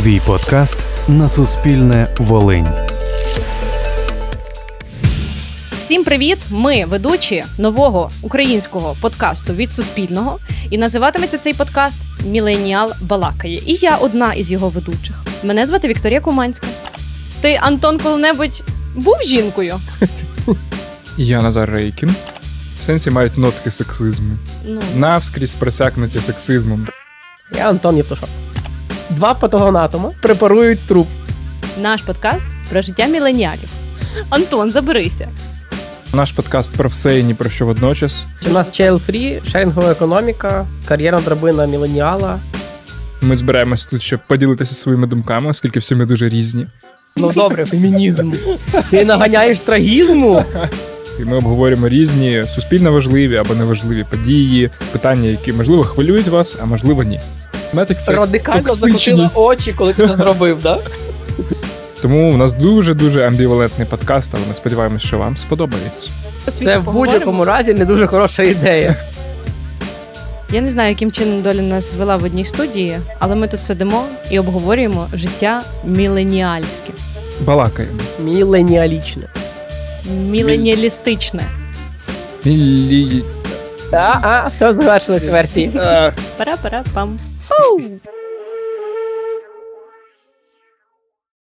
Твій подкаст на Суспільне Волинь. Всім привіт! Ми ведучі нового українського подкасту від Суспільного. І називатиметься цей подкаст Міленіал Балакає. І я одна із його ведучих. Мене звати Вікторія Куманська. Ти, Антон, коли-небудь був жінкою? Я Назар Рейкін. В сенсі мають нотки сексизму. Ну, Навскрізь просякнуті сексизмом. Я Антон Євтушок. Два патогонатома препарують труп. наш подкаст про життя міленіалів. Антон, заберися. Наш подкаст про все і ні про що водночас. У нас Child Free, шерінгова економіка, кар'єрна драбина міленіала. Ми збираємось тут, щоб поділитися своїми думками, оскільки всі ми дуже різні. Ну добре, фемінізм. Ти наганяєш трагізму. І ми обговорюємо різні суспільно важливі або неважливі події, питання, які можливо хвилюють вас, а можливо ні. Метик це Радикально закотила токсичність. очі, коли ти це зробив, да? Тому у нас дуже дуже амбівалентний подкаст, але ми сподіваємось, що вам сподобається. Це в будь-якому разі не дуже хороша ідея. Я не знаю, яким чином доля нас вела в одній студії, але ми тут сидимо і обговорюємо життя міленіальське, Балакаємо. Міленіалічне. міленіалістичне. Лі-лі- А, а, все завершилось версії. Пара-пара-пам.